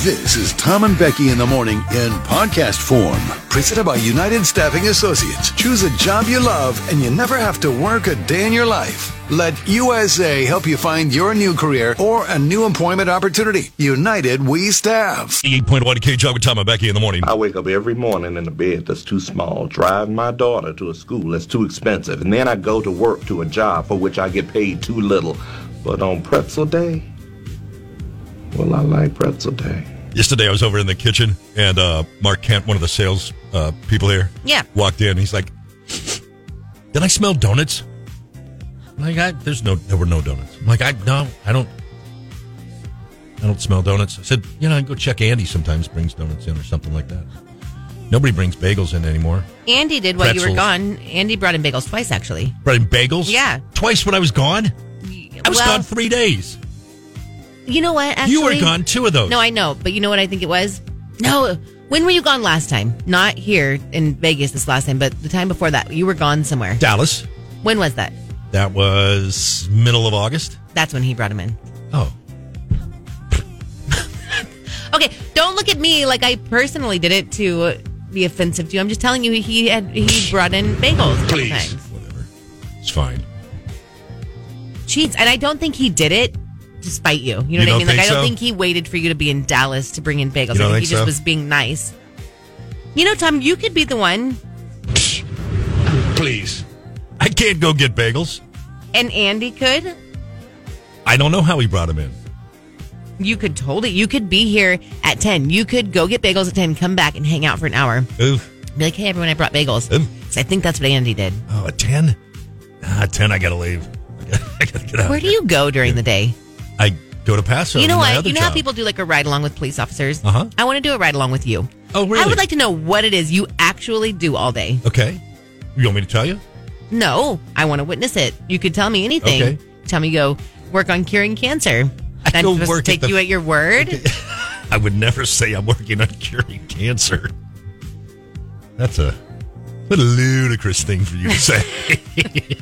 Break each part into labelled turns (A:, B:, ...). A: This is Tom and Becky in the morning in podcast form, presented by United Staffing Associates. Choose a job you love and you never have to work a day in your life. Let USA help you find your new career or a new employment opportunity. United We Staff.
B: 88.1 K Job with Tom and Becky in the morning.
C: I wake up every morning in a bed that's too small, drive my daughter to a school that's too expensive, and then I go to work to a job for which I get paid too little. But on pretzel day, well, I like pretzel day.
B: Yesterday, I was over in the kitchen, and uh, Mark Kent, one of the sales uh, people here,
D: Yeah.
B: walked in. He's like, "Did I smell donuts?" I'm like, I, "There's no, there were no donuts." I'm like, "I no, I don't, I don't smell donuts." I said, "You know, I go check Andy. Sometimes brings donuts in or something like that. Nobody brings bagels in anymore.
D: Andy did while you were
B: Pretzels.
D: gone. Andy brought in bagels twice, actually.
B: Brought in bagels.
D: Yeah.
B: twice when I was gone. I was
D: well,
B: gone three days.
D: you know what? Actually,
B: you were gone two of those.
D: No, I know, but you know what I think it was? No, when were you gone last time? Not here in Vegas this last time, but the time before that, you were gone somewhere.
B: Dallas.
D: When was that?
B: That was middle of August.
D: That's when he brought him in.
B: Oh,
D: Okay, don't look at me like I personally did it to be offensive to you. I'm just telling you he had he brought in bagels. a couple
B: please.
D: times.
B: Whatever. It's fine.
D: Cheats, and I don't think he did it to spite you. You know
B: You
D: what I
B: don't
D: mean? Like
B: think
D: I
B: so?
D: don't think he waited for you to be in Dallas to bring in bagels.
B: You don't think
D: I think he just
B: so?
D: was being nice. You know, Tom, you could be the one
B: Please. I can't go get bagels.
D: and Andy could.
B: I don't know how he brought him in.
D: You could totally you could be here at ten. You could go get bagels at ten, come back and hang out for an hour.
B: Oof.
D: Be like, hey everyone, I brought bagels.
B: Um.
D: So I think that's what Andy did.
B: Oh, a 10? Ah, a 10, I gotta leave. I gotta get out.
D: Where do you go during the day?
B: I go to Paso.
D: you know
B: my
D: what?
B: other
D: You know how
B: job.
D: people do like a ride along with police officers?
B: Uh-huh.
D: I want to do a ride along with you.
B: Oh, really?
D: I would like to know what it is you actually do all day.
B: Okay. You want me to tell you?
D: No, I want to witness it. You could tell me anything.
B: Okay.
D: Tell me you go work on curing cancer.
B: I
D: I'm
B: go
D: supposed
B: work
D: to
B: at
D: take
B: the-
D: you at your word.
B: I would never say I'm working on curing cancer. That's a what a ludicrous thing for you to say.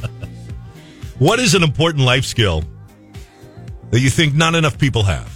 B: what is an important life skill that you think not enough people have?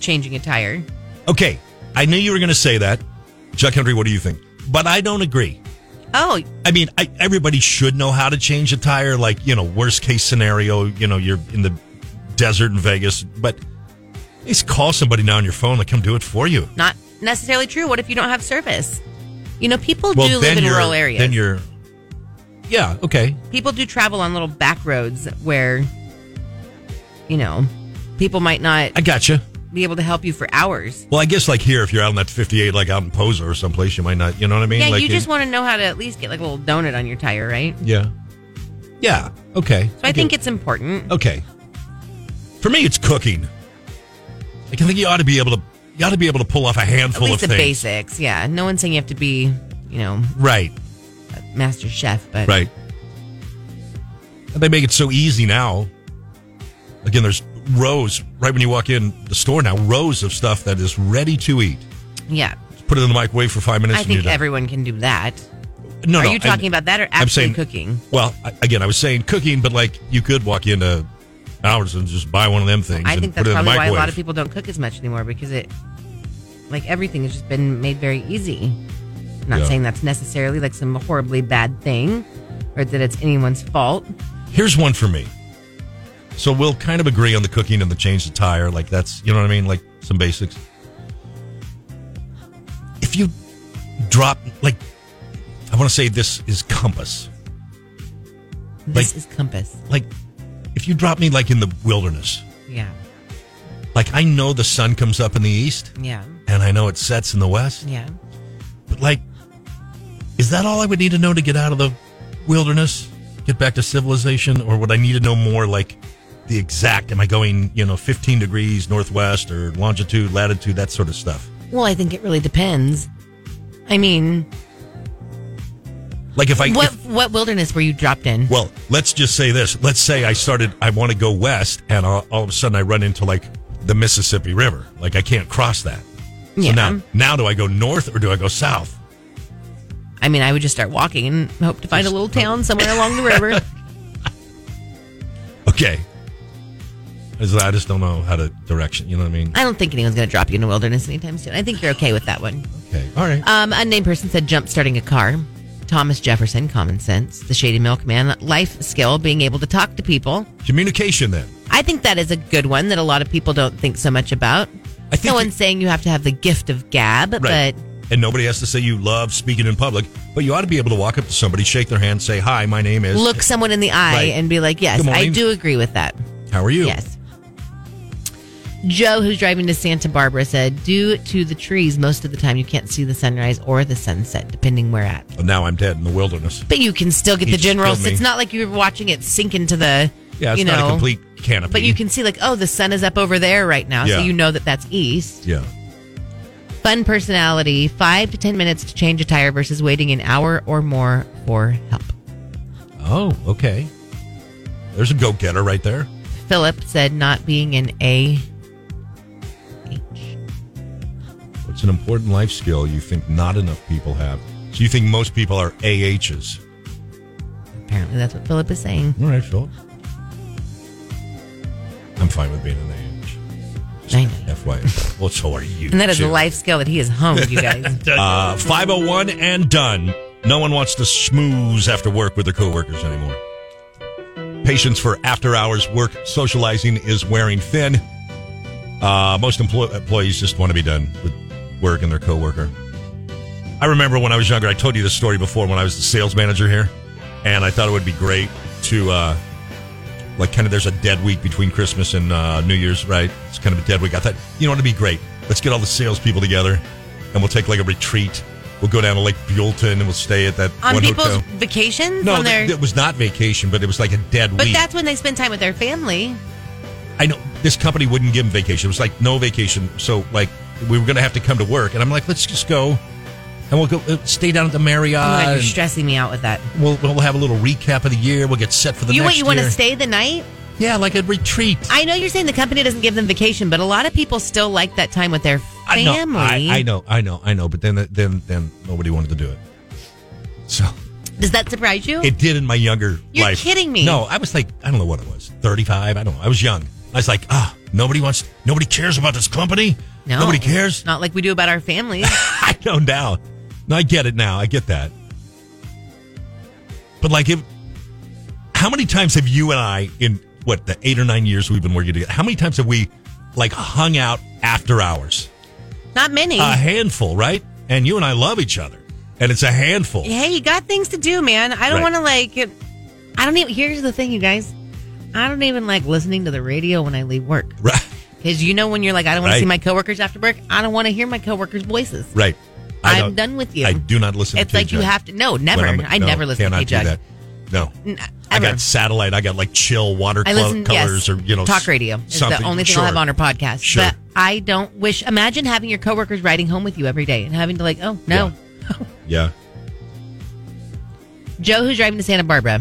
D: Changing a tire.
B: Okay, I knew you were going to say that. Chuck Henry, what do you think? But I don't agree.
D: Oh,
B: I mean, I, everybody should know how to change a tire. Like, you know, worst case scenario, you know, you're in the desert in Vegas, but at least call somebody now on your phone to come do it for you.
D: not necessarily true. What if you don't have service? You know, people
B: Well,
D: do
B: then
D: live in
B: you're-
D: rural areas.
B: Then you're, yeah, okay.
D: people do travel on little back roads where, you know, people might not
B: I gotcha.
D: be able to help you for hours.
B: Well, I guess like here, if you're out on that 58, like out in Posa or someplace, you might not, you know what I mean?
D: Yeah,
B: like
D: you just want to know how to at least get like a little donut on your tire, right?
B: yeah. Yeah, okay.
D: So I think it's important.
B: okay. For me, it's cooking. Like, I think you ought to be able to, you ought to be able to pull off a
D: At
B: handful
D: least the
B: of things.
D: basics. Yeah. No one's saying you have to be, you know,
B: Right.
D: master chef, but
B: Right. And they make it so easy now. Again, there's rows right when you walk in the store now, rows of stuff that is ready to eat.
D: yeah.
B: Just put it in the microwave for five minutes.
D: I
B: and you're
D: think
B: done.
D: everyone can do that.
B: No,
D: Are
B: no,
D: you talking about that or
B: I'm
D: actually
B: saying
D: cooking?
B: Well, I, again, I was saying cooking, but like you could walk into hours and just buy one of them things.
D: I
B: and
D: think
B: put
D: that's
B: it in the
D: probably why a lot
B: microwave.
D: of people don't cook as much anymore because it, like everything, has just been made very easy. I'm not
B: Yeah.
D: saying that's necessarily like some horribly bad thing, or that it's anyone's fault.
B: Here's one for me. So we'll kind of agree on the cooking and the change the tire. Like that's, you know what I mean? Like some basics. If you drop, like, I want to say this is compass.
D: This
B: Like-
D: is compass.
B: Like, if you drop me, like, in the wilderness,
D: Yeah,
B: like, I know the sun comes up in the east
D: yeah,
B: and I know it sets in the west,
D: yeah.
B: but like, is that all I would need to know to get out of the wilderness, get back to civilization? Or would I need to know more, like, the exact? Am I going, you know, 15 degrees northwest or longitude, latitude, that sort of stuff?
D: Well, I think it really depends. I mean,
B: Like, if I.
D: what
B: if-
D: what wilderness were you dropped in?
B: Well, let's just say this. Let's say I started, I want to go west, and all, all of a sudden I run into like the Mississippi River. Like I can't cross that.
D: Yeah.
B: So now, now do I go north or do I go south?
D: I mean, I would just start walking and hope to find a little town somewhere along the river.
B: Okay. I just, I just don't know how to direction. You know what I mean?
D: I don't think anyone's going to drop you in the wilderness anytime soon. I think you're okay with that one.
B: Okay. All right.
D: Um, unnamed person said jump starting a car. Thomas Jefferson, common sense. The shady milkman, life skill, being able to talk to people.
B: Communication then.
D: I think that is a good one that a lot of people don't think so much about.
B: I think
D: no
B: you-
D: one's saying you have to have the gift of gab,
B: Right.
D: but
B: and nobody has to say you love speaking in public, but you ought to be able to walk up to somebody, shake their hand, say, Hi, my name is.
D: look someone in the eye
B: Right.
D: and be like, yes,
B: Good
D: I
B: morning.
D: do agree with that.
B: How are you?
D: Yes. Joe, who's driving to Santa Barbara, said, due to the trees, most of the time you can't see the sunrise or the sunset, depending where at.
B: Well, now I'm dead in the wilderness.
D: But you can still get
B: He
D: the
B: just
D: general.
B: killed me.
D: It's not like you're watching it sink into the,
B: Yeah, it's
D: you
B: not
D: know,
B: a complete canopy.
D: But you can see, like, oh, the sun is up over there right now.
B: Yeah.
D: So you know that that's east.
B: Yeah.
D: Fun personality, five to 10 minutes to change a tire versus waiting an hour or more for help.
B: Oh, okay. There's a go getter right there.
D: Philip said, not being an A.
B: What's an important life skill you think not enough people have? So you think most people are AHs?
D: Apparently, that's what Philip is saying.
B: All right, Phil. I'm fine with being an AH.
D: I know.
B: FYI. well, so are you.
D: And that is a
B: too.
D: life skill that he has honed, you guys.
B: Uh, 501 and done. No one wants to schmooze after work with their coworkers anymore. Patience for after hours work socializing is wearing thin. Uh, most emplo- employees just want to be done with work and their coworker. I remember when I was younger, I told you this story before when I was the sales manager here, and I thought it would be great to, uh, like, kind of there's a dead week between Christmas and uh, New Year's, right? It's kind of a dead week. I thought, you know what, it'd be great. Let's get all the salespeople together, and we'll take, like, a retreat. We'll go down to Lake Buellton, and we'll stay at that
D: on
B: one
D: people's
B: hotel.
D: vacations?
B: No,
D: on their,
B: th- it was not vacation, but it was like a dead
D: but
B: week.
D: that's when they spend time with their family.
B: I know this company wouldn't give him vacation. It was like no vacation. So like we were going to have to come to work, and I'm like, let's just go, and we'll go uh, stay down at the Marriott.
D: Oh my God, you're
B: and
D: stressing me out with that.
B: we'll we'll have a little recap of the year. We'll get set for the
D: you
B: next
D: want you want
B: year.
D: to stay the night?
B: yeah, like a retreat.
D: I know you're saying the company doesn't give them vacation, but a lot of people still like that time with their
B: I
D: family.
B: know, I, I know, I know, I know. But then then then nobody wanted to do it. So
D: Does that surprise you?
B: it did in my younger
D: You're
B: life.
D: kidding me.
B: No, I was like I don't know what it was, thirty five. I don't know. I was young. I was like ah, nobody wants, nobody cares about this company.
D: no,
B: nobody cares.
D: Not like we do about our families.
B: I know now. No, I get it now. I get that. But like, if how many times have you and I in what the eight or nine years we've been working together? How many times have we like hung out after hours?
D: not many.
B: A handful, right? And you and I love each other, and it's a handful.
D: hey, you got things to do, man. I don't
B: Right.
D: want to like. it- I don't even. Here's the thing, you guys. I don't even like listening to the radio when I leave work.
B: Right,
D: Because you know when you're like, I don't want to
B: Right.
D: see my coworkers after work. I don't want to hear my coworkers' voices.
B: right.
D: I'm
B: don't-
D: done with you.
B: I do not listen.
D: It's
B: to
D: like you
B: K-Jug
D: have to. No,
B: when
D: never.
B: I'm-
D: I
B: no,
D: never listen to
B: cannot do
D: K-Jug.
B: that. No,
D: N-
B: I
D: ever.
B: got satellite. I got like chill water
D: I
B: clo-
D: listen.
B: colors
D: yes,
B: or you know
D: talk radio is
B: something.
D: the only thing I'll have
B: Sure.
D: on our podcast.
B: Sure.
D: But I don't wish. Imagine having your coworkers riding home with you every day and having to like, oh no,
B: Yeah.
D: Joe, who's driving to Santa Barbara.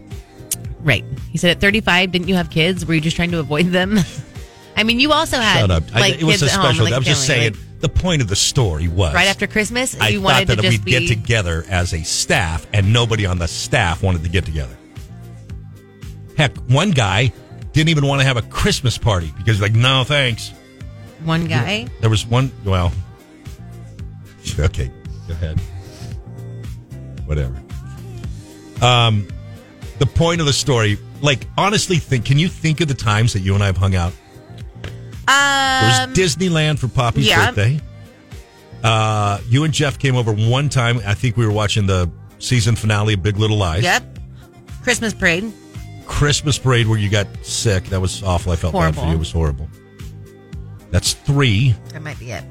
D: right. He said at 35, didn't you have kids? Were you just trying to avoid them? I mean, you also had
B: Shut up. I-
D: like
B: it was
D: kids
B: a
D: at home,
B: special.
D: like
B: I was just
D: family,
B: saying
D: like,
B: the point of the story was
D: right after Christmas,
B: I
D: you
B: thought
D: wanted
B: that
D: to just
B: we'd
D: be
B: get together as a staff, and nobody on the staff wanted to get together. Heck, one guy didn't even want to have a Christmas party because he's like, no, thanks.
D: one guy.
B: There was one. Well, okay, go ahead. Whatever. Um, the point of the story, like honestly, think. Can you think of the times that you and I have hung out? There was
D: Um,
B: Disneyland for Poppy's
D: yeah.
B: birthday. Uh, you and Jeff came over one time. I think we were watching the season finale of Big Little Lies.
D: Yep. Christmas parade.
B: Christmas parade where you got sick. That was awful. I felt bad for
D: Horrible.
B: you. It was horrible. That's three.
D: That might be it.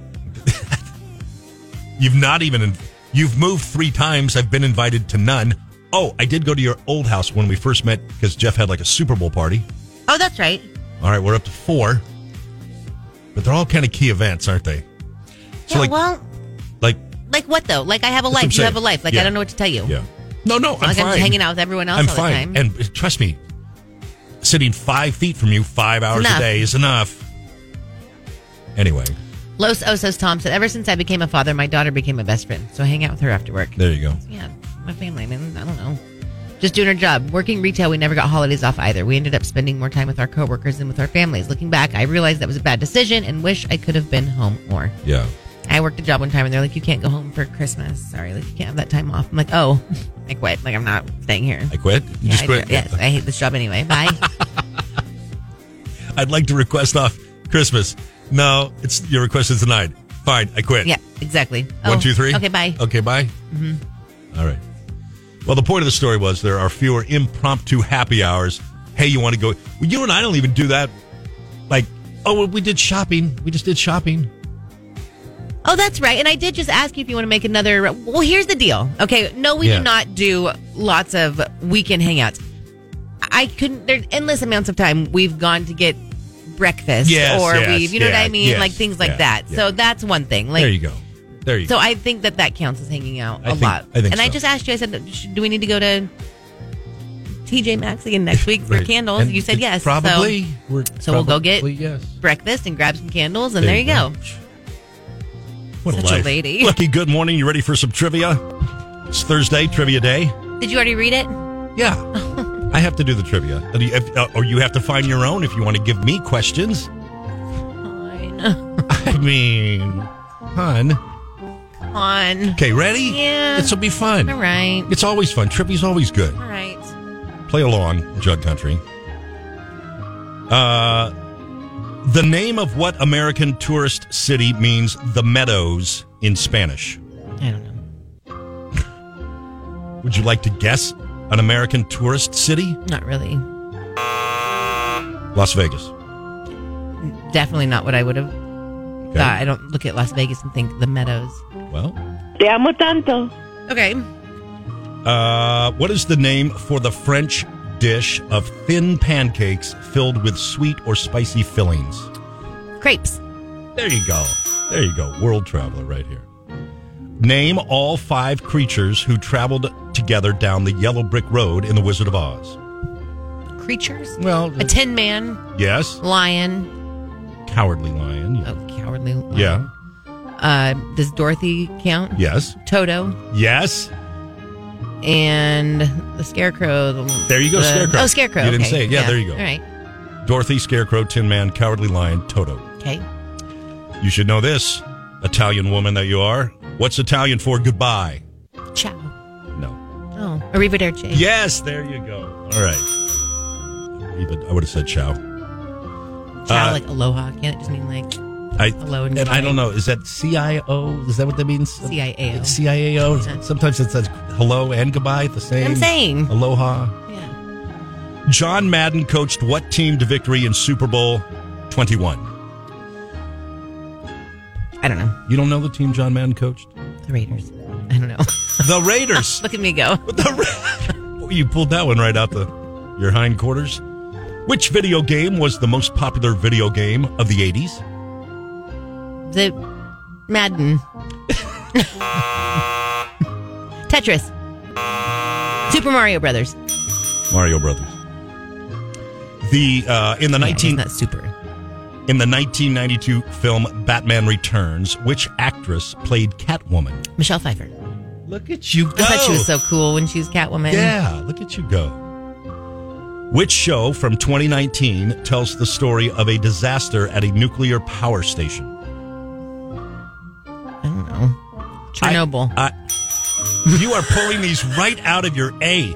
B: You've not even. you've moved three times. I've been invited to none. Oh, I did go to your old house when we first met because Jeff had like a Super Bowl party.
D: Oh, that's right.
B: All right, we're up to four, but they're all kind of key events, aren't they? So
D: yeah,
B: like,
D: well,
B: like,
D: like what though? Like I have
B: what
D: a
B: I'm
D: life. You
B: saying.
D: have a life. Like
B: Yeah.
D: I don't know what to tell you.
B: yeah. No, no, I'm
D: Like I'm
B: fine.
D: just hanging out with everyone else
B: I'm
D: all
B: fine.
D: the time.
B: And uh, trust me, sitting five feet from you five hours a
D: enough.
B: day is enough. Anyway,
D: Los Osos Tom said, ever since I became a father, my daughter became my best friend. So I hang out with her after work.
B: there you go.
D: Yeah, my family. I mean, I don't know. Just doing our job. Working retail, we never got holidays off either. We ended up spending more time with our coworkers than with our families. Looking back, I realized that was a bad decision and wish I could have been home more.
B: Yeah.
D: I worked a job one time and they're like, you can't go home for Christmas. Sorry, like you can't have that time off. I'm like, oh, I quit. Like I'm not staying here.
B: I quit. You
D: Yeah,
B: just
D: I-
B: quit.
D: Yes, I hate this job anyway. Bye.
B: I'd like to request off Christmas. No, it's your request is denied. Fine, I quit.
D: yeah, exactly.
B: One,
D: Oh,
B: two, three.
D: Okay, bye.
B: Okay, bye. Mm-hmm. right. Well, the point of the story was there are fewer impromptu happy hours. Hey, you want to go? Well, you and I don't even do that. Like, oh, well, we did shopping. We just did shopping.
D: Oh, that's right. And I did just ask you if you want to make another. Well, here's the deal. Okay, no, we
B: Yeah.
D: do not do lots of weekend hangouts. I couldn't. There's endless amounts of time we've gone to get breakfast,
B: Yes,
D: or
B: yes,
D: we've, you know
B: yeah,
D: what I mean,
B: yes,
D: like things like
B: yeah,
D: that.
B: yeah.
D: So that's one thing. Like,
B: there you go. There you
D: so
B: go.
D: I think that that counts as hanging out
B: I
D: a
B: think-
D: lot.
B: I think
D: and I
B: so.
D: just asked you. I said, "Sh- do we need to go to TJ Maxx again next week for
B: Right.
D: candles?
B: And
D: you said
B: it's
D: yes. so-
B: Probably. we're
D: So we'll go get-
B: probably yes.
D: breakfast and grab some candles, and there, you go.
B: What
D: Such a
B: life.
D: lady.
B: Lucky, good morning. You ready for some trivia? It's Thursday, trivia day.
D: Did you already read it?
B: Yeah. I have to do the trivia. And you- if- uh, Or you have to find your own if you want to give me questions.
D: Fine.
B: I mean, fun.
D: Come on.
B: Okay, ready?
D: Yeah.
B: This will be fun.
D: All right.
B: It's always fun. Trivia's always good.
D: All right.
B: Play along, Jug Country. Uh, the name of what American tourist city means the meadows in Spanish?
D: I don't know.
B: Would you like to guess an American tourist city?
D: Not really.
B: Las Vegas.
D: Definitely not what I would have
B: Okay.
D: thought. I don't look at Las Vegas and think the meadows.
B: Well,
E: Te amo tanto.
D: Okay.
B: uh, what is the name for the French dish of thin pancakes filled with sweet or spicy fillings?
D: Crepes.
B: There you go. There you go. World traveler right here. Name all five creatures who traveled together down the yellow brick road in The Wizard of Oz.
D: Creatures.
B: Well,
D: A tin man.
B: yes.
D: Lion.
B: Cowardly lion.
D: Oh,
B: Yeah.
D: cowardly lion.
B: Yeah.
D: Uh, does Dorothy count?
B: Yes.
D: Toto.
B: Yes.
D: And the scarecrow. the-
B: There you go,
D: the-
B: Scarecrow.
D: Oh, scarecrow.
B: You didn't
D: okay.
B: say it. Yeah, there you go.
D: All right.
B: Dorothy, Scarecrow, Tin Man, Cowardly Lion, Toto.
D: Okay.
B: You should know this, Italian woman that you are. What's Italian for goodbye?
D: Ciao.
B: No.
D: Oh, arrivederci.
B: Yes, there you go. All right. Even I would have said ciao.
D: Ciao,
B: Uh,
D: like aloha. Can't it just mean like
B: I,
D: Hello and
B: and, I
D: goodbye.
B: don't know. Is that CIO? Is that what that means?
D: CIAO.
B: CIAO. Sometimes it says hello and goodbye at the same.
D: I'm saying.
B: Aloha.
D: Yeah.
B: John Madden coached what team to victory in Super Bowl 21?
D: I don't know.
B: You don't know the team John Madden coached?
D: The Raiders. I don't know.
B: The Raiders.
D: Look at me go.
B: the Ra- Boy, you pulled that one right out the your hindquarters. Which video game was the most popular video game of the 80s?
D: The Madden. Tetris. Super Mario Brothers.
B: Mario Brothers. The uh, in the
D: Yeah, it's
B: 19
D: not super.
B: in the 1992 film Batman Returns, which actress played Catwoman?
D: Michelle Pfeiffer.
B: Look at you
D: I thought she was so cool when she was Catwoman.
B: Oh. yeah, look at you go. Which show from 2019 tells the story of a disaster at a nuclear power station?
D: I don't know. Chernobyl.
B: I- I- you are pulling these right out of your A.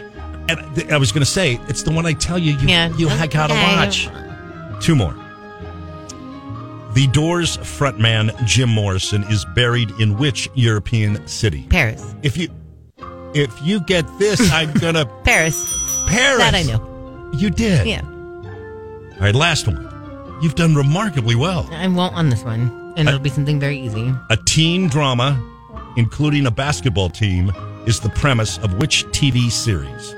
B: And th- I was going to say, it's the one I tell you you,
D: yeah.
B: you heck out
D: Okay.
B: watch. Two more. The Doors frontman Jim Morrison is buried in which European city?
D: Paris.
B: If you if you get this, I'm gonna
D: Paris.
B: Paris.
D: That I know.
B: You did.
D: Yeah.
B: All right, last one. You've done remarkably well.
D: I won't on this one. And
B: I-
D: it'll be something very easy.
B: A teen drama, including a basketball team, is the premise of which TV series?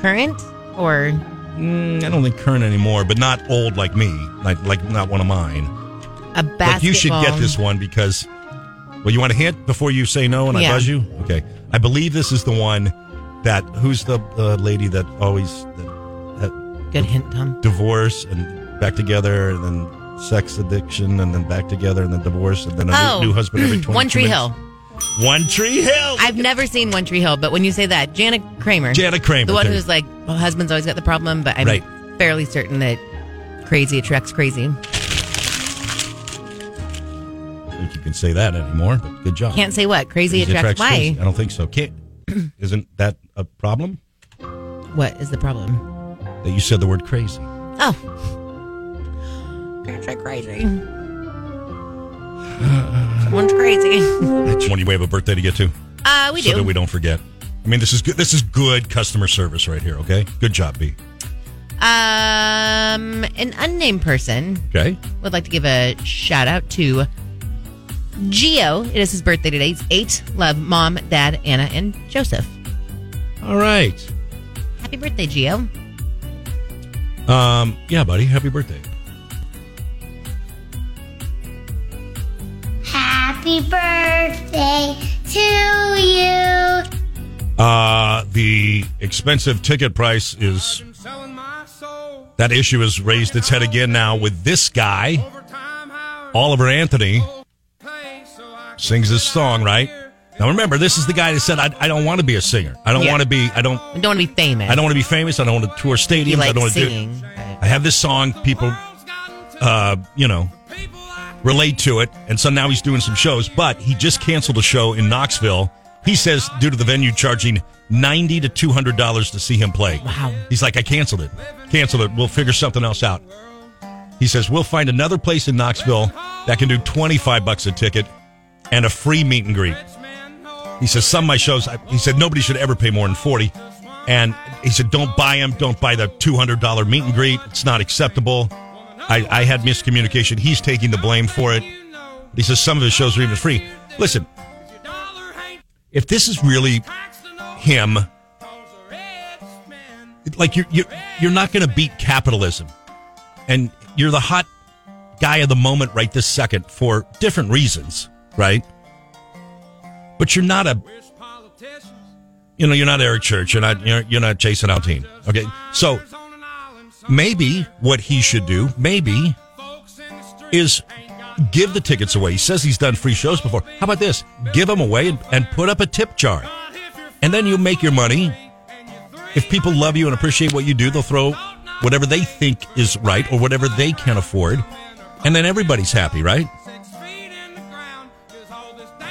D: Current or
B: Mm, I don't think current anymore, but not old like me, like like not one of mine.
D: a basketball.
B: But you should get this one because, well, you want a hint before you say no and I
D: Yeah.
B: buzz you? Okay. I believe this is the one that, who's the uh, lady that always that, that
D: Good hint, Tom.
B: divorce and back together and then sex addiction and then back together and then divorce and then a
D: Oh,
B: new, new husband every 20
D: One Tree Hill.
B: One Tree Hill.
D: I've never seen One Tree Hill, but when you say that, Janet Kramer.
B: Janet Kramer,
D: The one
B: there.
D: who's like, well, husband's always got the problem, but I'm
B: Right.
D: fairly certain that crazy attracts crazy.
B: I think you can say that anymore, but good job.
D: Can't say what? Crazy,
B: Crazy
D: attracts, why?
B: crazy. I don't think so. Can't. Isn't that a problem?
D: What is the problem?
B: That you said the word crazy.
D: Oh. Attract crazy. Someone's crazy.
B: That's when you have a birthday to get to,
D: Uh, we
B: so that
D: do.
B: we don't forget. I mean, this is good. This is good customer service right here. Okay, good job, B.
D: Um, an unnamed person
B: Okay,
D: would like to give a shout out to Geo. It is his birthday today. He's eight. Love mom, dad, Anna, and Joseph.
B: all right.
D: Happy birthday, Geo.
B: Um, yeah, buddy, happy birthday.
E: Happy birthday to you.
B: Uh, the expensive ticket price is that issue has raised its head again now with this guy, Oliver Anthony, sings this song, right? Now remember, this is the guy that said, I, I don't want to be a singer. I don't
D: Yeah.
B: want to be, I don't,
D: We don't want to be famous.
B: I don't want to be famous. I don't want to tour
D: He
B: stadiums. I
D: likes
B: don't want to do,
D: singing. but-
B: I have this song, people, uh, you know, relate to it. And so now he's doing some shows, but he just canceled a show in Knoxville. He says due to the venue charging ninety to two hundred dollars to see him play.
D: Wow.
B: He's like, I canceled it. Canceled it. We'll figure something else out. He says we'll find another place in Knoxville that can do twenty five bucks a ticket and a free meet and greet. He says some of my shows. I- He said nobody should ever pay more than forty, and he said don't buy them. Don't buy the two hundred dollar meet and greet. It's not acceptable. I, I had miscommunication. He's taking the blame for it. He says some of his shows are even free. Listen, if this is really him, like you're you're, you're not going to beat capitalism, and you're the hot guy of the moment right this second for different reasons, right? But you're not a you know, you're not Eric Church. You're not you're, you're not Jason Aldean. Okay, so maybe what he should do, maybe, is give the tickets away. He says he's done free shows before. How about this? Give them away and, and put up a tip jar, and then you make your money. If people love you and appreciate what you do, they'll throw whatever they think is right or whatever they can afford, and then everybody's happy, right?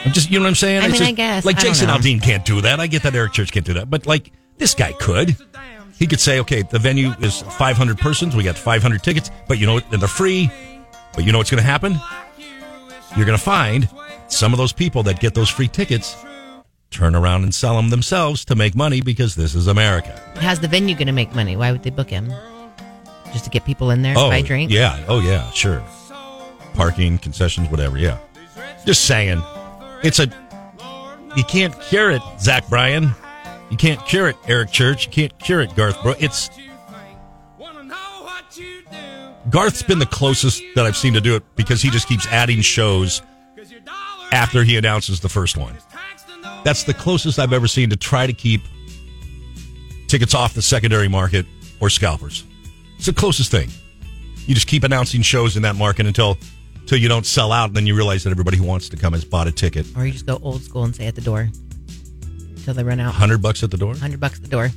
B: I'm just, you know what I'm saying?
D: I
B: It's
D: mean,
B: just-
D: I guess.
B: Like
D: I don't
B: Jason
D: know.
B: Aldean can't do that. I get that Eric Church can't do that. But like this guy could. He could say, okay, the venue is 500 persons. We got 500 tickets, but you know what? And they're free. But you know what's going to happen? You're going to find some of those people that get those free tickets turn around and sell them themselves to make money because this is America.
D: How's the venue going to make money? Why would they book him? Just to get people in there
B: oh,
D: buy drinks?
B: yeah. Oh, yeah. Sure. Parking, concessions, whatever. Yeah. Just saying. It's a. You can't cure it, Zach Bryan. You can't cure it, Eric Church. You can't cure it, Garth Brooks. It's. Garth's been the closest that I've seen to do it because he just keeps adding shows after he announces the first one. That's the closest I've ever seen to try to keep tickets off the secondary market or scalpers. It's the closest thing. You just keep announcing shows in that market until until you don't sell out, and then you realize that everybody who wants to come has bought a ticket.
D: Or you just go old school and say at the door until they run out.
B: Hundred bucks at the door.
D: 100 bucks at the door.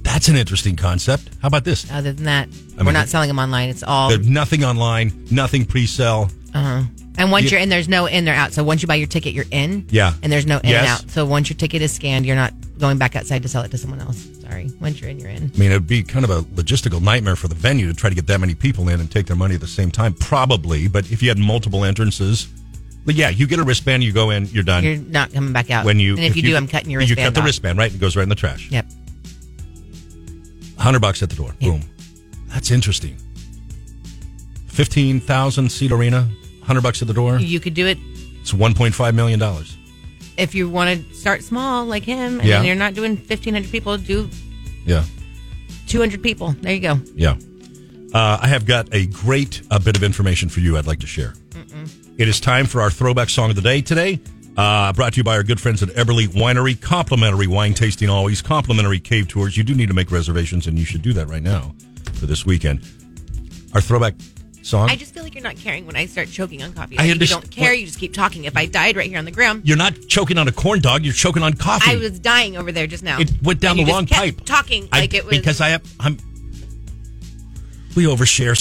B: That's an interesting concept. How about this?
D: Other than that, we're
B: mean-
D: not selling them online. It's all. uh-huh.
B: There's nothing online, nothing pre-sell.
D: And once
B: you-
D: you, are in, there's no in, they're out. So once you buy your ticket, you're in.
B: Yeah.
D: And there's no in
B: Yes.
D: and out. So once your ticket is scanned, you're not going back outside to sell it to someone else. Sorry. Once you're in, you're in.
B: I mean, it'd be kind of a logistical nightmare for the venue to try to get that many people in and take their money at the same time, probably. But if you had multiple entrances, but yeah, you get a wristband, you go in, you're done.
D: You're not coming back out.
B: when you
D: and if, you, do, I'm cutting your wristband.
B: You cut the
D: off.
B: wristband, right? It goes right in the trash.
D: Yep.
B: Hundred bucks at the door.
D: Yeah.
B: Boom. That's interesting. Fifteen thousand seat arena. Hundred bucks at the door.
D: You could do it
B: It's one point five million dollars.
D: if you want to start small like him and
B: Yeah.
D: you're not doing 1,500 people, do
B: Yeah,
D: 200 people. There you go.
B: yeah. Uh, I have got a great uh, bit of information for you. I'd like to share. It is time for our throwback song of the day today. Uh, brought to you by our good friends at Eberly Winery. Complimentary wine tasting always. Complimentary cave tours. You do need to make reservations, and you should do that right now for this weekend. Our throwback song.
D: I just feel like you're not caring when I start choking on coffee.
B: I
D: Like,
B: underst-
D: You don't care.
B: what-
D: You just keep talking. If I died right here on the ground,
B: you're not choking on a corn dog. You're choking on coffee.
D: I was dying over there just now.
B: it went down
D: And you
B: the
D: just
B: wrong
D: kept
B: pipe.
D: Talking
B: I-
D: like it was
B: because I have. I'm. We overshare